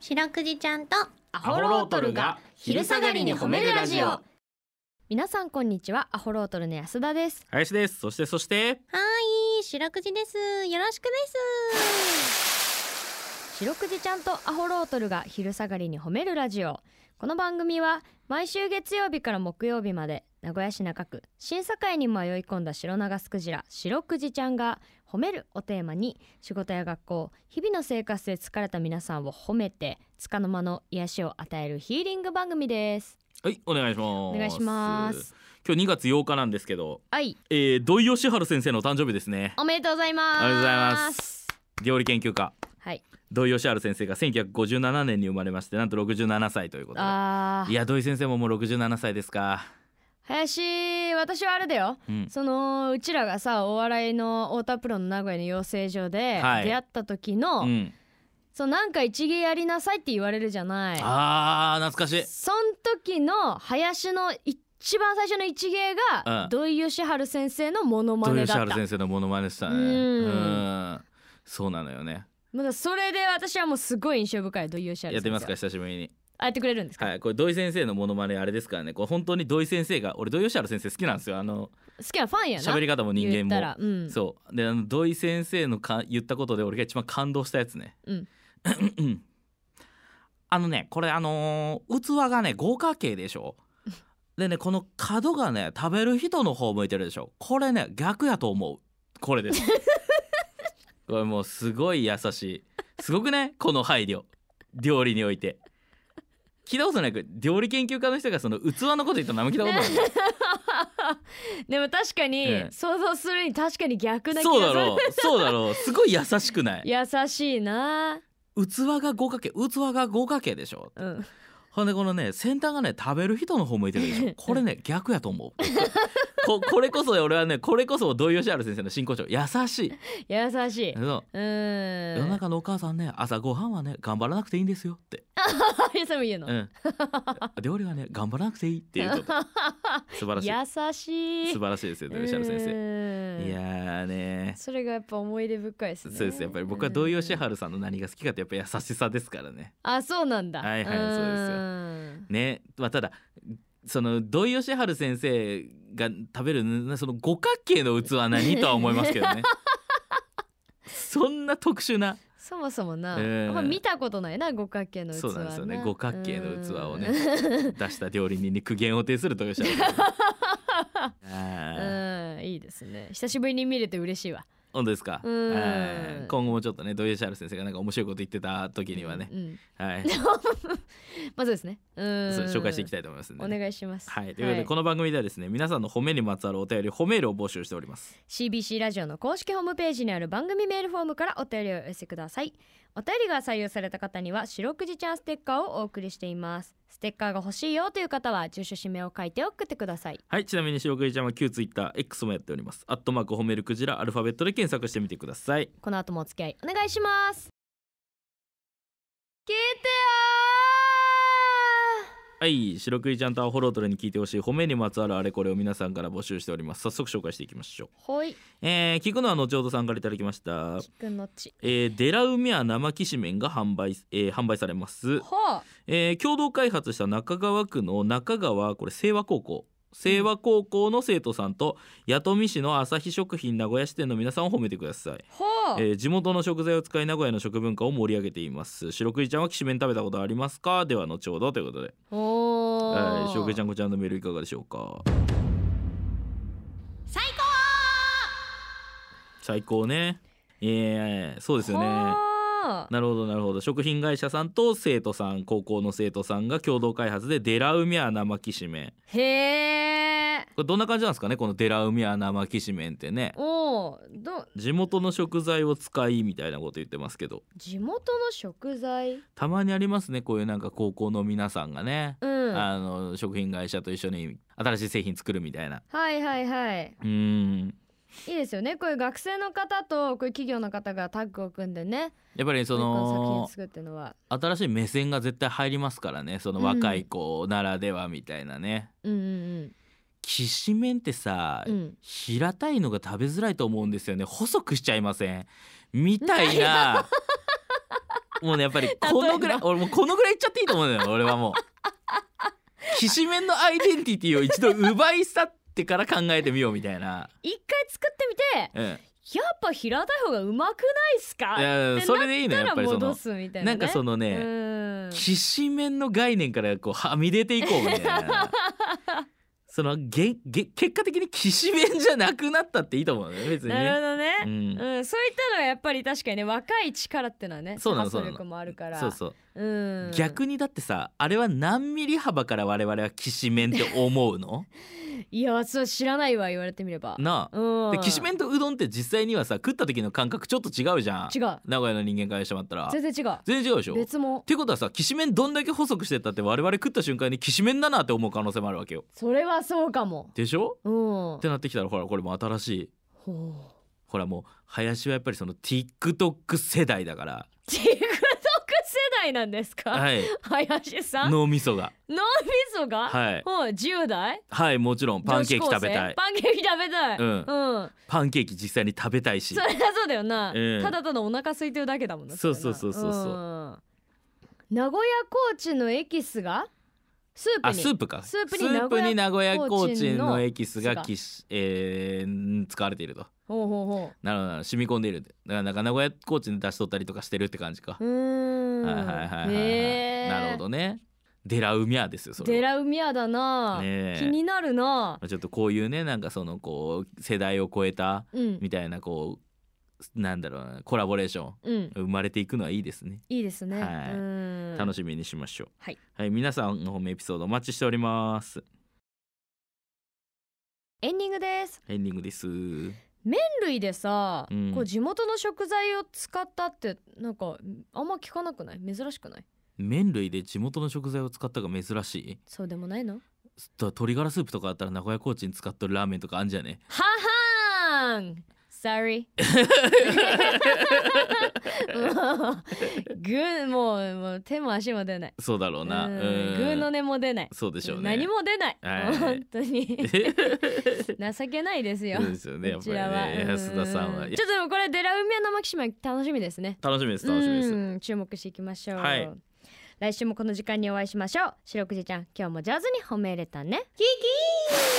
白くじちゃんとアホロートルが昼下がりに褒めるラジオ皆さんこんにちはアホロートルの安田です林ですそしてそしていい白くじですよろしくです白くじちゃんとアホロートルが昼下がりに褒めるラジオこの番組は毎週月曜日から木曜日まで名古屋市中区審査会に迷い込んだ白長スクジラ白くじちゃんが褒めるをテーマに仕事や学校日々の生活で疲れた皆さんを褒めて束の間の癒しを与えるヒーリング番組ですはいお願いしますお願いします今日2月8日なんですけど、はいえー、土井善晴先生の誕生日ですねおめでとうございますありがとうございます料理研究家はい土井善晴先生が1957年に生まれましてなんと67歳ということであーいや土井先生ももう67歳ですか林私はあれだようんそのうちらがさお笑いの太田プロの名古屋の養成所ではい出会った時の、うん、そうなんか一芸やりなさいって言われるじゃないあー懐かしいそん時の林の一番最初の一芸うがん土井善晴先生のモノマ土ネ井だ善った晴先生のモノマネしたねうんうんそうなのよねまだそれで私はもうすごい印象深い土井善晴先生やってみますか久しぶりにあやってくれるんですか、はい、これ土井先生のモノマネあれですからねこれ本当に土井先生が俺土井善晴先生好きなんですよあの好きなファンやな喋り方も人間言ったもら、うん、そうであの土井先生のか言ったことで俺が一番感動したやつね、うんあのねこれあのー器がね豪華形でしょでねこの角がね食べる人の方向いてるでしょこれね逆やと思うこれです これもうすごい優しいすごくねこの配慮料理において聞いたことないけど料理研究家の人がその器のこと言ったの何も聞いたこと ない、でも確かに、ええ想像するに確かに逆な気がすそうるだろうそうだろうすごい優しくない優しいな器が五角形器が五角形でしょうんほんでこのね先端がね食べる人の方向いてるでし ょこれね逆やと思うここれこそ俺はねこれこそ土井善晴先生の真骨頂優しい優しいそう世うのーん。中のお母さんね朝ごはんはね頑張らなくていいんですよって、いつも言ううの。ん、 料理はね頑張らなくていいっていうこと素晴らしい優しい。素晴らしいですよ土井善晴先生生いや。ーねそれがやっぱ思い出深いですそうね。ですやっぱり僕はうん土井善。晴さんの何が好きかってやっぱ優しさですからねあ、そうなんだ。はいはいそうですよよ。ねまあ、ただその土井善晴先生が食べるなその五角形の器は何とは思いますけ どねそんな特殊なそもそもな、うんあんま見たことないな五角形の器そうなんですよねな五角形の器をねうん出した料理人に苦言を呈する土井善 晴さんあーうん、いいですね。久しぶりに見れて嬉しいわ。本当ですかあうんー今後もちょっとね土井善晴先生がなんか面白いこと言ってた時にはねう、ん。 はい、まあそうですね。うん。そう紹介していきたたい。いと思いますんでおね、願いします。はい、ということで、この番組ではですね皆さんの褒めにまつわるお便り褒めールを募集しております CBC ラジオの公式ホームページにある番組メールフォームからお便りをお寄せくださいお便りが採用された方には白くじちゃんステッカーをお送りしていますステッカーが欲しいよという方は住所氏名を書いて送ってくださいはいちなみに白くじちゃんは旧ツイッター X もやっておりますアットマーク褒めるクジラアルファベットで検索してみてくださいこの後もお付き合いお願いします聞いはい白くじちゃんとアホロートルに聞いてほしい褒めにまつわるあれこれを皆さんから募集しております早速紹介していきましょうてよーはいえー、聞くのは後ほど参加いただきました聞くのちえー、デラウメア生きしめんが販売、えー販売されます、はあえー共同開発した中川区の中川これ清和高校清和高校の生徒さんと弥富市の朝日食品名古屋支店の皆さんを褒めてくださいはあ、えー地元の食材を使い名古屋の食文化を盛り上げています白くじちゃんはきしめん食べたことありますかでは後ほどということで、おー、はい、白くじちゃんこちらのメールいかがでしょうか最高最高ねえー、そうですよねはあなるほどなるほど食品会社さんと生徒さん高校の生徒さんが共同開発でデラウミア生きしめんへえこれどんな感じなんですかねこのデラウミア生きしめんってねおーど地元の食材を使いみたいなこと言ってますけど地元の食材たまにありますねこういうなんか高校の皆さんがねうんはあの食品会社と一緒に新しい製品作るみたいな。いはいはいうーんいいですよねこういう学生の方とこういう企業の方がタッグを組んでねやっぱりそこういう作品をの作るっていうのは新しい目線が絶対入りますからねその若い子ならではみたいなね。うんうんきしめんってさ、うんうん平たいのが食べづらいと思うんですよね細くしちゃいませんみたいなもうねやっ ぱりこのぐらい例え俺もうこのぐらいいっちゃっていいと思うのよ俺はもうきしめんのアイデンティティを一度奪い去ってから考えてみようみたいな、一回作ってみてうん、いやっぱ平たい方がうまくないっすかやそれでいいのよやっぱりそ戻のすみたいな、なね、んかそのね、うんきしめんの概念からこうはみ出ていこうみたいなそのげげ結果的にきしめんじゃなくなったっていいと思うね別になるほね。どね、ううんんそういったのはやっぱり確かにね若い力ってのはねそうなの発そう想なの力もあるからそうそう、う、ん、逆にだってさあれは何ミリ幅から我々はきしめんって思う のいやそう知らないわ言われてみればなあうでんきしめんとうどんって実際にはさ食った時の感覚ちょっと違うじゃん違う名古屋の人間からしてもらったら全然違う全然違うでしょっ別もてことはさきしめんどんだけ細くしてったって我々食った瞬間にきしめんだなって思う可能性もあるわけよそれはそうかもでしょうんほってなってきたらほらこれも新しいうほらもう林はやっぱりその TikTok 世代だから、 TikTok 世代なんですか、はい、林さん脳脳みそが、みそが、はい、もう10代はい、もちろんパンケーキ食べた女い、子高生パンケーキ食べたいうんうん、パンケーキ実際に食べたいしそ、りゃそうだよな、うんただただお腹空いてるだけだもんなそうそうれなそうそうそうん名古屋コーチンのエキスがスープあにスープか、スープに名古屋スープに名古屋コーチンコーチンののエキスががきし、えー、使われていると。ほうほうほなるほどなるほど染み込んでいるだからなんか名古屋コーチンで出しとったりとかしてるって感じかう、うーんはいはいはいはいはい、へーなるほどねデラウミアですよそれはデラウミアだな、ねえ気になるなまあちょっとこういうねなんかそのこう世代を超えたうんみたいなこうなんだろうなコラボレーションうん生まれていくのはいいですね、いいですね、はいうん楽しみにしましょうはい、皆さんのホームエピソードお待ちしておりますエンディングですエンディングです麺類でさ、うんこう地元の食材を使ったってなんかあんま聞かなくない珍しくない麺類で地元の食材を使ったが珍しいそうでもないのだ鶏ガラスープとかあったら名古屋コーチン使っとるラーメンとかあんじゃねははーん Sorry もうぐもうもう手も足も出ないそうだろうなうんうぐんーの根も出ないそうでしょうね何も出 ない、はい本 当に情けないですよそうですよねやっこぱちりらは、ね安田さんはういちやょっとでもこれデラウミアのマキシマ楽しみですね楽しみです楽しみですうん注目していきましょう、はい来週もこの時間にお会いしましょう白くじちゃん今日もジャズに褒めれたねキキー